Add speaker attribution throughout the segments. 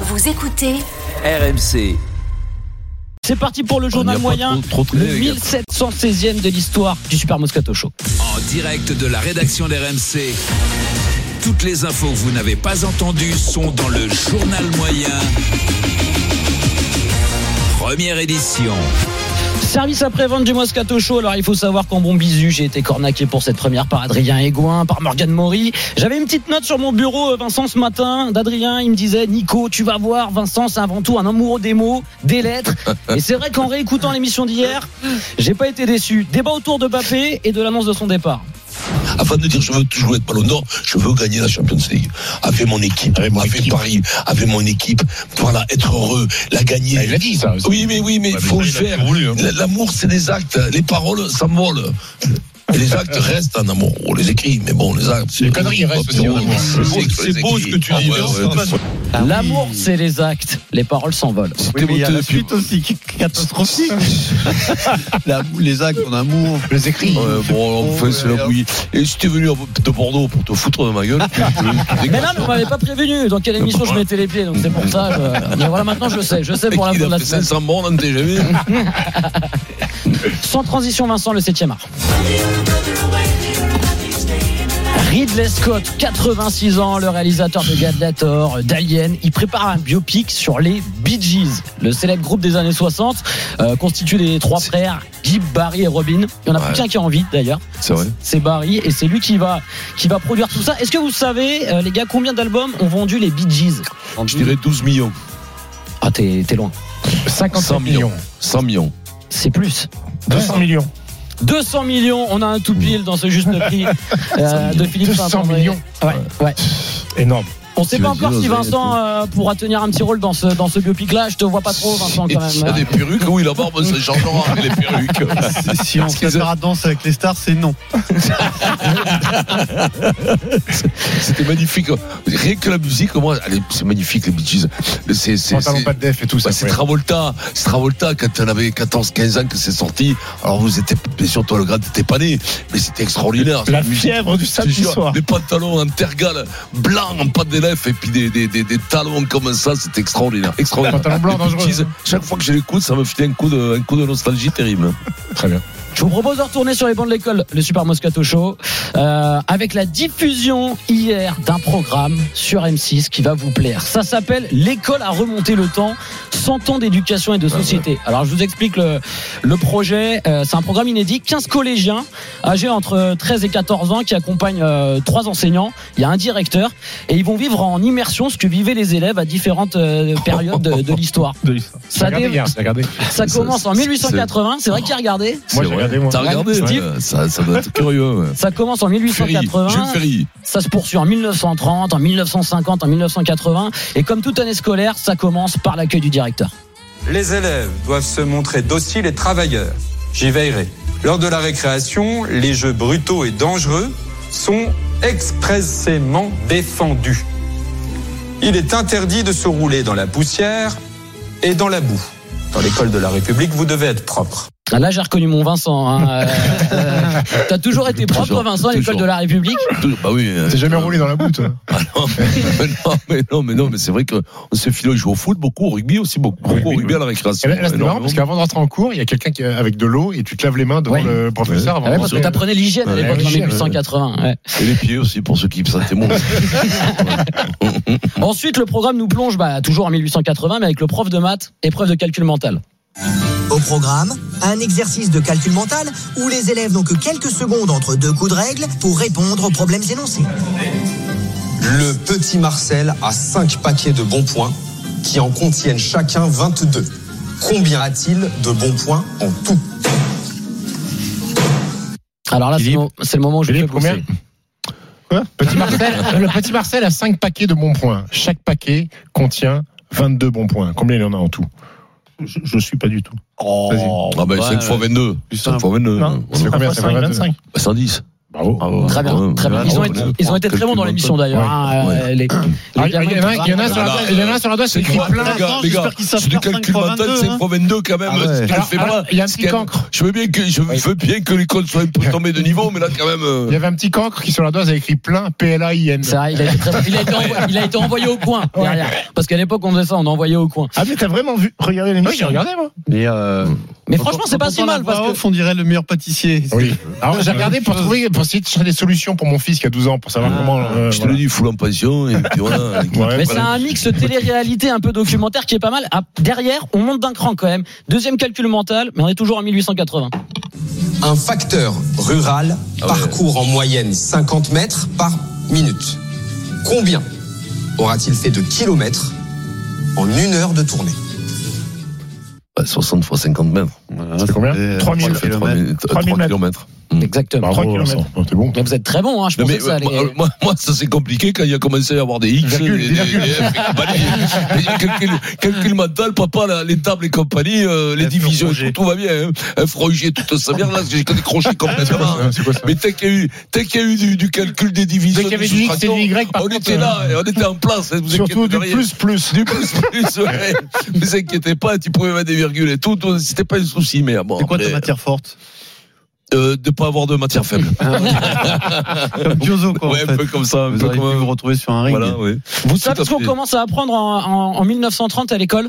Speaker 1: Vous écoutez
Speaker 2: RMC.
Speaker 3: C'est parti pour le journal
Speaker 4: y a pas
Speaker 3: moyen,
Speaker 4: trop- trop traîné,
Speaker 3: le
Speaker 4: les gars.
Speaker 3: 1716e de l'histoire du Super Moscato Show.
Speaker 2: En direct de la rédaction d'RMC. Toutes les infos que vous n'avez pas entendues sont dans le journal moyen. Première édition.
Speaker 3: Service après-vente du Moscato Show. Alors, il faut savoir qu'en bon bisu, j'ai été cornaqué pour cette première par Adrien Aigouin, par Morgane Maury. J'avais une petite note sur mon bureau, euh, Vincent, ce matin, d'Adrien. Il me disait, Nico, tu vas voir, Vincent, c'est avant tout un amoureux des mots, des lettres. Et c'est vrai qu'en réécoutant l'émission d'hier, j'ai pas été déçu. Débat autour de Bappé et de l'annonce de son départ.
Speaker 4: Afin de dire je veux toujours être pas l'honneur, je veux gagner la Champions League. Avec mon équipe, avec, Paris, avec mon équipe, voilà, être heureux, la gagner.
Speaker 5: Bah, il l'a dit, ça.
Speaker 4: Oui, mais oui, mais
Speaker 5: Ouais, mais
Speaker 4: faut
Speaker 5: ça,
Speaker 4: le
Speaker 5: il a
Speaker 4: faire.
Speaker 5: toujours voulu, hein.
Speaker 4: L- L'amour, c'est des actes. Les paroles s'envolent. Et les actes restent en amour. On les écrit, mais bon, les actes.
Speaker 5: Les conneries restent aussi en amour.
Speaker 4: C'est beau, c'est beau ce que tu hein. dis. Ah
Speaker 3: L'amour, c'est les actes. Les paroles s'envolent.
Speaker 6: Oui, mais il y a la suite aussi qui est catastrophique. La- les actes en amour.
Speaker 5: Les écrits.
Speaker 4: Ouais, euh, bon, enfin, c'est la bouillie. Et si t'es venu de Bordeaux pour te foutre de ma gueule, tu- tu- tu-
Speaker 3: Mais là, mais on m'avait pas prévenu dans quelle émission je mettais les pieds, donc c'est pour ça. je- Mais voilà, maintenant je sais, je sais pour la
Speaker 4: il
Speaker 3: fin de
Speaker 4: a
Speaker 3: la
Speaker 4: fait
Speaker 3: semaine.
Speaker 4: 500 bornes en TGV.
Speaker 3: Sans transition, Vincent, le 7 art. Ridley Scott, 86 ans, le réalisateur de Gladiator, euh, d'Alien, il prépare un biopic sur les Bee Gees, le célèbre groupe des années 60, euh, constitué des trois frères Guy, Barry et Robin. Il y en a
Speaker 4: Ouais.
Speaker 3: plus qu'un qui a envie d'ailleurs,
Speaker 4: C'est vrai.
Speaker 3: c'est Barry, et c'est lui qui va, qui va produire tout ça. Est-ce que vous savez, euh, les gars, combien d'albums ont vendu les Bee Gees
Speaker 4: Je dirais 12 millions.
Speaker 3: Ah, t'es t'es loin.
Speaker 5: 50 millions.
Speaker 4: 100 millions.
Speaker 3: C'est plus.
Speaker 5: 200 millions.
Speaker 3: 200 millions, on a un tout pile dans ce juste prix euh, de Philippe
Speaker 5: 200
Speaker 3: Saint-André.
Speaker 5: millions.
Speaker 3: Ouais, ouais.
Speaker 5: Énorme.
Speaker 3: On sait
Speaker 4: Tu
Speaker 3: pas
Speaker 4: veux dire,
Speaker 3: encore si
Speaker 4: Audrey,
Speaker 3: Vincent euh, pourra tenir un petit rôle dans ce, dans ce biopic-là. Je te vois pas
Speaker 5: Oh,
Speaker 3: trop, Vincent,
Speaker 4: Et
Speaker 3: quand
Speaker 4: s'il y a des
Speaker 3: même.
Speaker 4: perruques, oui, la barbe, ça changera avec les perruques.
Speaker 6: Si on se
Speaker 4: Excusez-
Speaker 6: prépare à danser avec les stars, c'est non.
Speaker 4: C'était magnifique. Rien que la musique, moi, elle est- c'est magnifique, les Bee Gees. C'est, c'est,
Speaker 5: Pantalon
Speaker 4: c'est-
Speaker 5: pas de def et tout ça.
Speaker 4: bah, c'est
Speaker 5: ouais.
Speaker 4: Travolta. C'est Travolta, quand on avait 14, 15 ans que c'est sorti. Alors, vous étiez, bien sûr, toi, le grade, t'étais pas né. Mais c'était extraordinaire.
Speaker 5: La
Speaker 4: Cette musique,
Speaker 5: fièvre du
Speaker 4: je te
Speaker 5: samedi
Speaker 4: jure,
Speaker 5: soir.
Speaker 4: Des pantalons en tergale, blancs, en pâte d'élève, et puis des, des, des, des talons comme ça, c'était extraordinaire. Extraordinaire.
Speaker 5: Pantalon blanc
Speaker 4: Les Bee
Speaker 5: dangereux. hein.
Speaker 4: Gees, chaque fois que je l'écoute, ça me fait un coup de, un coup de nostalgie terrible.
Speaker 5: Très bien.
Speaker 3: Je vous propose de retourner sur les bancs de l'école, le Super Moscato Show, euh, avec la diffusion hier d'un programme sur M6 qui va vous plaire. Ça s'appelle L'école a remonté le temps, 100 ans d'éducation et de société. Alors, je vous explique le, le projet. Euh, c'est un programme inédit. 15 collégiens âgés entre 13 et 14 ans qui accompagnent euh, trois enseignants. Il y a un directeur et ils vont vivre en immersion ce que vivaient les élèves à différentes euh, périodes de, de l'histoire.
Speaker 5: J'ai
Speaker 3: Ça,
Speaker 5: regardé hein.
Speaker 3: dé-
Speaker 5: hier, j'ai regardé.
Speaker 3: ça commence en 1880. C'est vrai qu'il a regardé.
Speaker 4: C'est
Speaker 5: j'ai
Speaker 4: vrai.
Speaker 5: regardé, moi.
Speaker 4: T'as regardé
Speaker 3: Steve
Speaker 4: ouais, ça, ça doit être curieux. ouais.
Speaker 3: Ça commence en
Speaker 4: Ferry,
Speaker 3: 1880.
Speaker 4: Jules Ferry.
Speaker 3: Ça se poursuit en 1930, en 1950, en 1980. Et comme toute année scolaire, ça commence par l'accueil du directeur.
Speaker 7: Les élèves doivent se montrer dociles et travailleurs. J'y veillerai. Lors de la récréation, les jeux brutaux et dangereux sont expressément défendus. Il est interdit de se rouler dans la poussière et dans la boue. Dans l'école de la République, vous devez être propre.
Speaker 3: Ah, Là, j'ai reconnu mon Vincent. hein. Euh, euh, T'as toujours été propre,
Speaker 4: Toujours,
Speaker 3: toi, Vincent, à l'école
Speaker 4: toujours.
Speaker 3: de la République.
Speaker 4: Tout- Bah oui. euh,
Speaker 5: T'es jamais
Speaker 4: euh,
Speaker 5: roulé dans la boue, toi.
Speaker 4: Ah non, mais non, mais non, mais non, mais c'est vrai que ce philo joue au foot beaucoup, au rugby aussi beaucoup, beaucoup au
Speaker 5: Rugby,
Speaker 4: rugby à la
Speaker 5: Et
Speaker 4: récréation.
Speaker 5: Là, là, c'est marrant
Speaker 4: énormément.
Speaker 5: parce qu'avant de rentrer en cours, il y a quelqu'un qui avec de l'eau et tu te laves les mains devant
Speaker 3: Ouais.
Speaker 5: le professeur avant
Speaker 3: Ah ouais,
Speaker 5: de
Speaker 3: parce que
Speaker 5: rentrer.
Speaker 3: t'apprenais l'hygiène à
Speaker 4: Ouais,
Speaker 3: l'époque, en
Speaker 5: l'hygiène,
Speaker 3: 1880. ouais.
Speaker 4: Et les pieds aussi pour ceux qui sentaient mon.
Speaker 3: Ensuite, le programme nous plonge bah, toujours en 1880, mais avec le prof de maths, épreuve de calcul mental.
Speaker 8: Au programme, un exercice de calcul mental où les élèves n'ont que quelques secondes entre deux coups de règle pour répondre aux problèmes énoncés.
Speaker 7: Le petit Marcel a 5 paquets de bons points qui en contiennent chacun 22. Combien a-t-il de bons points en tout
Speaker 3: Alors là, c'est
Speaker 5: Philippe.
Speaker 3: le, mo- c'est le moment où je vous fais
Speaker 5: Philippe,
Speaker 3: pousser.
Speaker 5: combien Quoi Petit Marcel, le petit Marcel a 5 paquets de bons points. Chaque paquet contient 22 bons points. Combien il y en a en tout je ne suis pas du tout.
Speaker 6: Oh.
Speaker 4: Ah ben 5 fois 22. 5 fois 22.
Speaker 9: Non,
Speaker 4: Voilà.
Speaker 5: Oh, combien
Speaker 9: fois
Speaker 5: ça fait
Speaker 9: 5, 25.
Speaker 4: Bah, 110.
Speaker 5: Bravo.
Speaker 3: Très bien, très bien. Ils ont été, ils ont été très bons dans l'émission d'ailleurs.
Speaker 5: Ouais.
Speaker 3: hein, euh, les-
Speaker 5: Ah,
Speaker 3: les
Speaker 5: Il y en
Speaker 3: gamins,
Speaker 5: a- il y en a- il y en a
Speaker 3: Ah,
Speaker 5: sur la- il y en a sur la doigt, c'est écrit plein.
Speaker 4: les gars, les gars, c'est du calcul mental, c'est Pro 22 quand même.
Speaker 6: Ah ouais.
Speaker 4: ce que
Speaker 5: Alors,
Speaker 4: fait
Speaker 5: alors,
Speaker 4: moi.
Speaker 5: il y a un
Speaker 4: Ce
Speaker 5: petit
Speaker 4: qu'elle-
Speaker 5: cancre.
Speaker 4: Je veux bien que, je
Speaker 5: Oui.
Speaker 4: veux bien que l'école soit un peu tombée de niveau, mais là, quand même, euh,
Speaker 5: Il y avait un petit cancre qui sur la dose a écrit plein PLAIN.
Speaker 3: C'est vrai, il a, été très- il a été envoyé, il a été envoyé au coin derrière. Parce qu'à l'époque, on faisait ça, on envoyait au coin.
Speaker 1: Ah, mais t'as vraiment vu Regardez l'émission
Speaker 5: Oui, j'ai regardé moi.
Speaker 6: Mais, euh,
Speaker 3: Mais
Speaker 6: quand
Speaker 3: franchement,
Speaker 6: on-
Speaker 3: c'est
Speaker 6: quand
Speaker 3: pas
Speaker 6: on
Speaker 3: si
Speaker 6: parle
Speaker 3: mal
Speaker 6: en
Speaker 3: parce
Speaker 6: voix
Speaker 3: que
Speaker 6: off, on dirait le meilleur pâtissier.
Speaker 5: Ah Alors j'ai regardé pour trouver pour essayer de chercher des solutions pour mon fils qui a 12 ans pour
Speaker 3: Ah,
Speaker 5: savoir comment. euh,
Speaker 4: je te
Speaker 5: voilà.
Speaker 4: le dis, full en passion, et puis voilà.
Speaker 5: Ouais,
Speaker 3: Mais c'est
Speaker 5: voilà.
Speaker 3: un mix télé-réalité un peu documentaire qui est pas mal. Ah, Derrière, on monte d'un cran quand même. Deuxième calcul mental, mais on est toujours en 1880.
Speaker 9: Un facteur rural parcourt en moyenne 50 mètres par minute. Combien aura-t-il fait de kilomètres en une heure de tournée
Speaker 4: Bah, 60 fois 50 mètres.
Speaker 5: C'est combien
Speaker 1: 3000.
Speaker 4: euh,
Speaker 1: 3000 mètres.
Speaker 4: km.
Speaker 3: Exactement.
Speaker 5: Bravo,
Speaker 1: kilomètres.
Speaker 5: Vincent. Oh, T'es bon.
Speaker 3: Mais vous êtes très bon, hein, je
Speaker 4: Non,
Speaker 3: pensais
Speaker 4: mais, euh, bah,
Speaker 3: que ça allait.
Speaker 4: moi, moi, moi, ça c'est compliqué quand il a commencé à y avoir des X,
Speaker 5: Virgule,
Speaker 4: des, des-
Speaker 5: virgule.
Speaker 4: des F et compagnie. Mais calcul, calcul mental, papa, la- les tables et compagnie, euh, les
Speaker 6: F
Speaker 4: divisions,
Speaker 6: Roger.
Speaker 4: et tout, tout va bien. Hein. F Roger, toute sa merde, là, j'ai décroché complètement.
Speaker 5: Ah, C'est quoi ça
Speaker 4: Mais dès qu'il y a eu, dès qu'il y a eu du, du calcul des divisions,
Speaker 5: Dès qu'il y
Speaker 4: des
Speaker 5: avait du X et du
Speaker 4: soustractions,
Speaker 5: Y, par
Speaker 4: on
Speaker 5: contre, euh,
Speaker 4: était là, et on était en place. hein, vous
Speaker 5: Surtout
Speaker 4: inquiétez
Speaker 5: du
Speaker 4: de rien.
Speaker 5: plus plus.
Speaker 4: Du plus, plus, ouais. vous inquiétez pas, tu pouvais mettre des virgules et tout, tout, c'était pas un souci, mais ah, bon.
Speaker 6: C'est quoi
Speaker 4: après,
Speaker 6: ta matière forte
Speaker 4: euh, De pas avoir de matière faible.
Speaker 6: Comme Giozo, quoi.
Speaker 4: ouais,
Speaker 6: en
Speaker 4: un
Speaker 6: fait.
Speaker 4: peu comme ça, un
Speaker 6: Vous
Speaker 4: peu
Speaker 6: auriez pu
Speaker 4: comme un-
Speaker 6: vous retrouver sur un ring.
Speaker 4: Voilà, oui.
Speaker 3: Vous savez
Speaker 4: Tout à
Speaker 3: ce qu'on
Speaker 4: fait.
Speaker 3: commence à apprendre en, en- en 1930 à l'école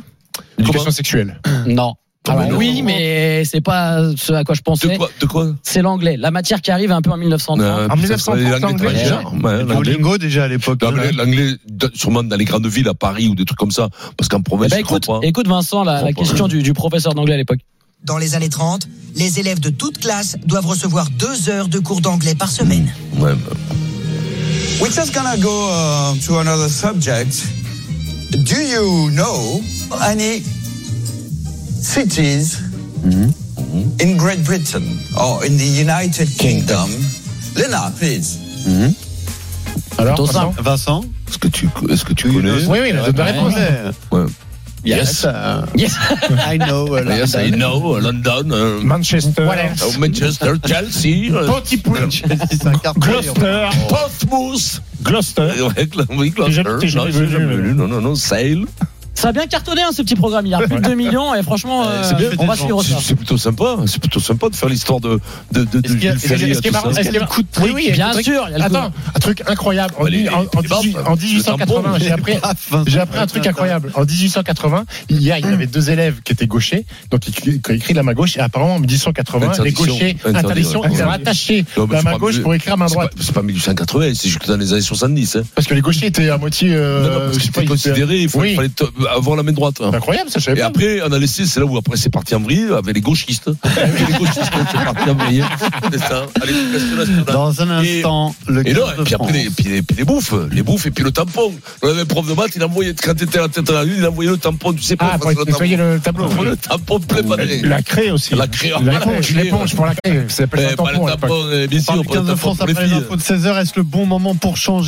Speaker 5: Éducation sexuelle.
Speaker 3: Non. Alors,
Speaker 4: mais Hum. Ah bah non.
Speaker 3: oui, mais c'est pas ce à quoi je
Speaker 4: De
Speaker 3: pensais.
Speaker 4: quoi, de quoi
Speaker 3: C'est l'anglais. La matière qui arrive un peu en 1930.
Speaker 4: Non, puis ça, c'est
Speaker 5: 1930,
Speaker 4: l'anglais
Speaker 5: anglais,
Speaker 4: étrangère.
Speaker 3: Ah,
Speaker 4: Ouais,
Speaker 3: bah,
Speaker 4: l'anglais.
Speaker 6: Duolingo, déjà à l'époque.
Speaker 4: Non, mais L'anglais, d- sûrement dans les grandes villes, à Paris ou des trucs comme ça, parce qu'en
Speaker 3: Eh
Speaker 4: province,
Speaker 3: ben,
Speaker 4: je crois
Speaker 3: écoute,
Speaker 4: pas.
Speaker 3: écoute Vincent, la, la
Speaker 4: Comprends.
Speaker 3: question du, du professeur d'anglais à l'époque.
Speaker 8: Dans les années 30, les élèves de toute classe doivent recevoir deux heures de cours d'anglais par semaine.
Speaker 4: Ouais,
Speaker 9: We're just gonna go uh, to another subject. Do you know any cities in Great Britain or in the United Kingdom? Lena, please.
Speaker 5: Alors.
Speaker 3: Plutôt
Speaker 5: Vincent
Speaker 3: simple.
Speaker 6: Vincent
Speaker 4: Est-ce que tu, est-ce que tu connais?
Speaker 5: Oui oui. La bonne réponse.
Speaker 6: Yes. euh,
Speaker 3: Yes.
Speaker 6: I know. euh,
Speaker 4: Yes, I
Speaker 6: London.
Speaker 4: know, euh, London, euh,
Speaker 1: Manchester,
Speaker 5: Voilà.
Speaker 4: euh, Manchester, Chelsea, euh,
Speaker 1: Pontypool,
Speaker 6: C'est un quart de carré, en fait.
Speaker 1: Gloucester,
Speaker 4: Portsmouth.
Speaker 3: Oh. Euh,
Speaker 1: Gloucester.
Speaker 4: Ouais, Gl- oui,
Speaker 1: T'es
Speaker 4: Gloucester.
Speaker 1: jamais-
Speaker 4: Non,
Speaker 1: t'es jamais
Speaker 4: j'ai
Speaker 1: venu,
Speaker 4: jamais
Speaker 1: mais
Speaker 4: venu. Non, non, non, Sale.
Speaker 3: Ça a bien cartonné hein, ce petit programme. Il y a plus de 2 millions et franchement, euh,
Speaker 6: c'est bien,
Speaker 3: on va
Speaker 6: des gens.
Speaker 3: suivre
Speaker 4: C'est
Speaker 3: ça.
Speaker 4: c'est plutôt sympa. C'est plutôt sympa de faire l'histoire de, de, de, de
Speaker 6: Est-ce qu'il y a-
Speaker 4: Jules
Speaker 5: Est-ce qu'il
Speaker 4: Ferry
Speaker 5: est-
Speaker 4: et
Speaker 5: est-ce qu'il est
Speaker 4: tout
Speaker 5: marrant
Speaker 4: ça.
Speaker 5: Est-ce qu'il est marrant Oui oui. il y a
Speaker 3: Bien
Speaker 5: le truc-
Speaker 3: sûr, il y a le
Speaker 5: Attends, un truc incroyable. En,
Speaker 4: Ouais, les-
Speaker 5: dix- en- en
Speaker 4: les barbes,
Speaker 5: 18 en
Speaker 4: le
Speaker 5: 1880, j'ai appris,
Speaker 6: Ah, Vincent,
Speaker 5: J'ai appris un truc incroyable. En 1880, hier, il y avait deux élèves qui étaient gauchers, donc qui, qui ont écrit la main gauche, et apparemment, en 1880, les
Speaker 4: Interdiction.
Speaker 5: gauchers,
Speaker 4: Interdiction.
Speaker 5: interdiction, ils ont attaché
Speaker 4: Non, mais
Speaker 5: la
Speaker 4: c'est
Speaker 5: main
Speaker 4: pas
Speaker 5: gauche
Speaker 4: obligé.
Speaker 5: pour écrire main
Speaker 4: C'est
Speaker 5: droite.
Speaker 4: pas- C'est pas 1880, c'est jusque dans les années 70. Hein.
Speaker 5: Parce que les gauchers étaient à moitié, euh,
Speaker 4: non, non, parce
Speaker 5: je
Speaker 4: que
Speaker 5: sais pas,
Speaker 4: c'était
Speaker 5: ils étaient-
Speaker 4: considéré, il faut-
Speaker 5: Oui. Bah,
Speaker 4: il fallait to- avoir la main droite. hein.
Speaker 5: C'est incroyable, ça, je savais
Speaker 4: Et
Speaker 5: pas.
Speaker 4: après, on a laissé, c'est là où après c'est parti en vrille avec les gauchistes. Avec les gauchistes, c'est parti en vrille. hein. C'est ça, à l'éducation nationale.
Speaker 6: Dans un
Speaker 4: Et-
Speaker 6: instant, le
Speaker 4: Et non,
Speaker 6: quart
Speaker 4: et
Speaker 6: de
Speaker 4: puis après,
Speaker 6: France.
Speaker 4: les, puis, les, puis les bouffes, les bouffes et puis le tampon. On avait un prof de maths, il envoyait, quand t'étais à la tête à la lune, il envoyait le tampon, tu sais pas,
Speaker 5: Ah,
Speaker 4: face
Speaker 5: pour
Speaker 4: à la
Speaker 5: nettoyer
Speaker 4: tampon.
Speaker 5: le tableau.
Speaker 4: Le tampon plein balai.
Speaker 1: La crée aussi.
Speaker 4: La crée.
Speaker 5: La L'éponge, l'éponge pour la clé, ça s'appelle
Speaker 4: Eh,
Speaker 5: un
Speaker 4: pas le
Speaker 5: tampon. à l'époque.
Speaker 4: tampon, eh, bien
Speaker 6: hein,
Speaker 4: sûr,
Speaker 6: On parle du
Speaker 4: pas le
Speaker 6: 15 de
Speaker 4: tampon
Speaker 6: France
Speaker 4: pour les
Speaker 6: après les
Speaker 4: filles.
Speaker 6: infos de 16h. Est-ce le bon moment pour changer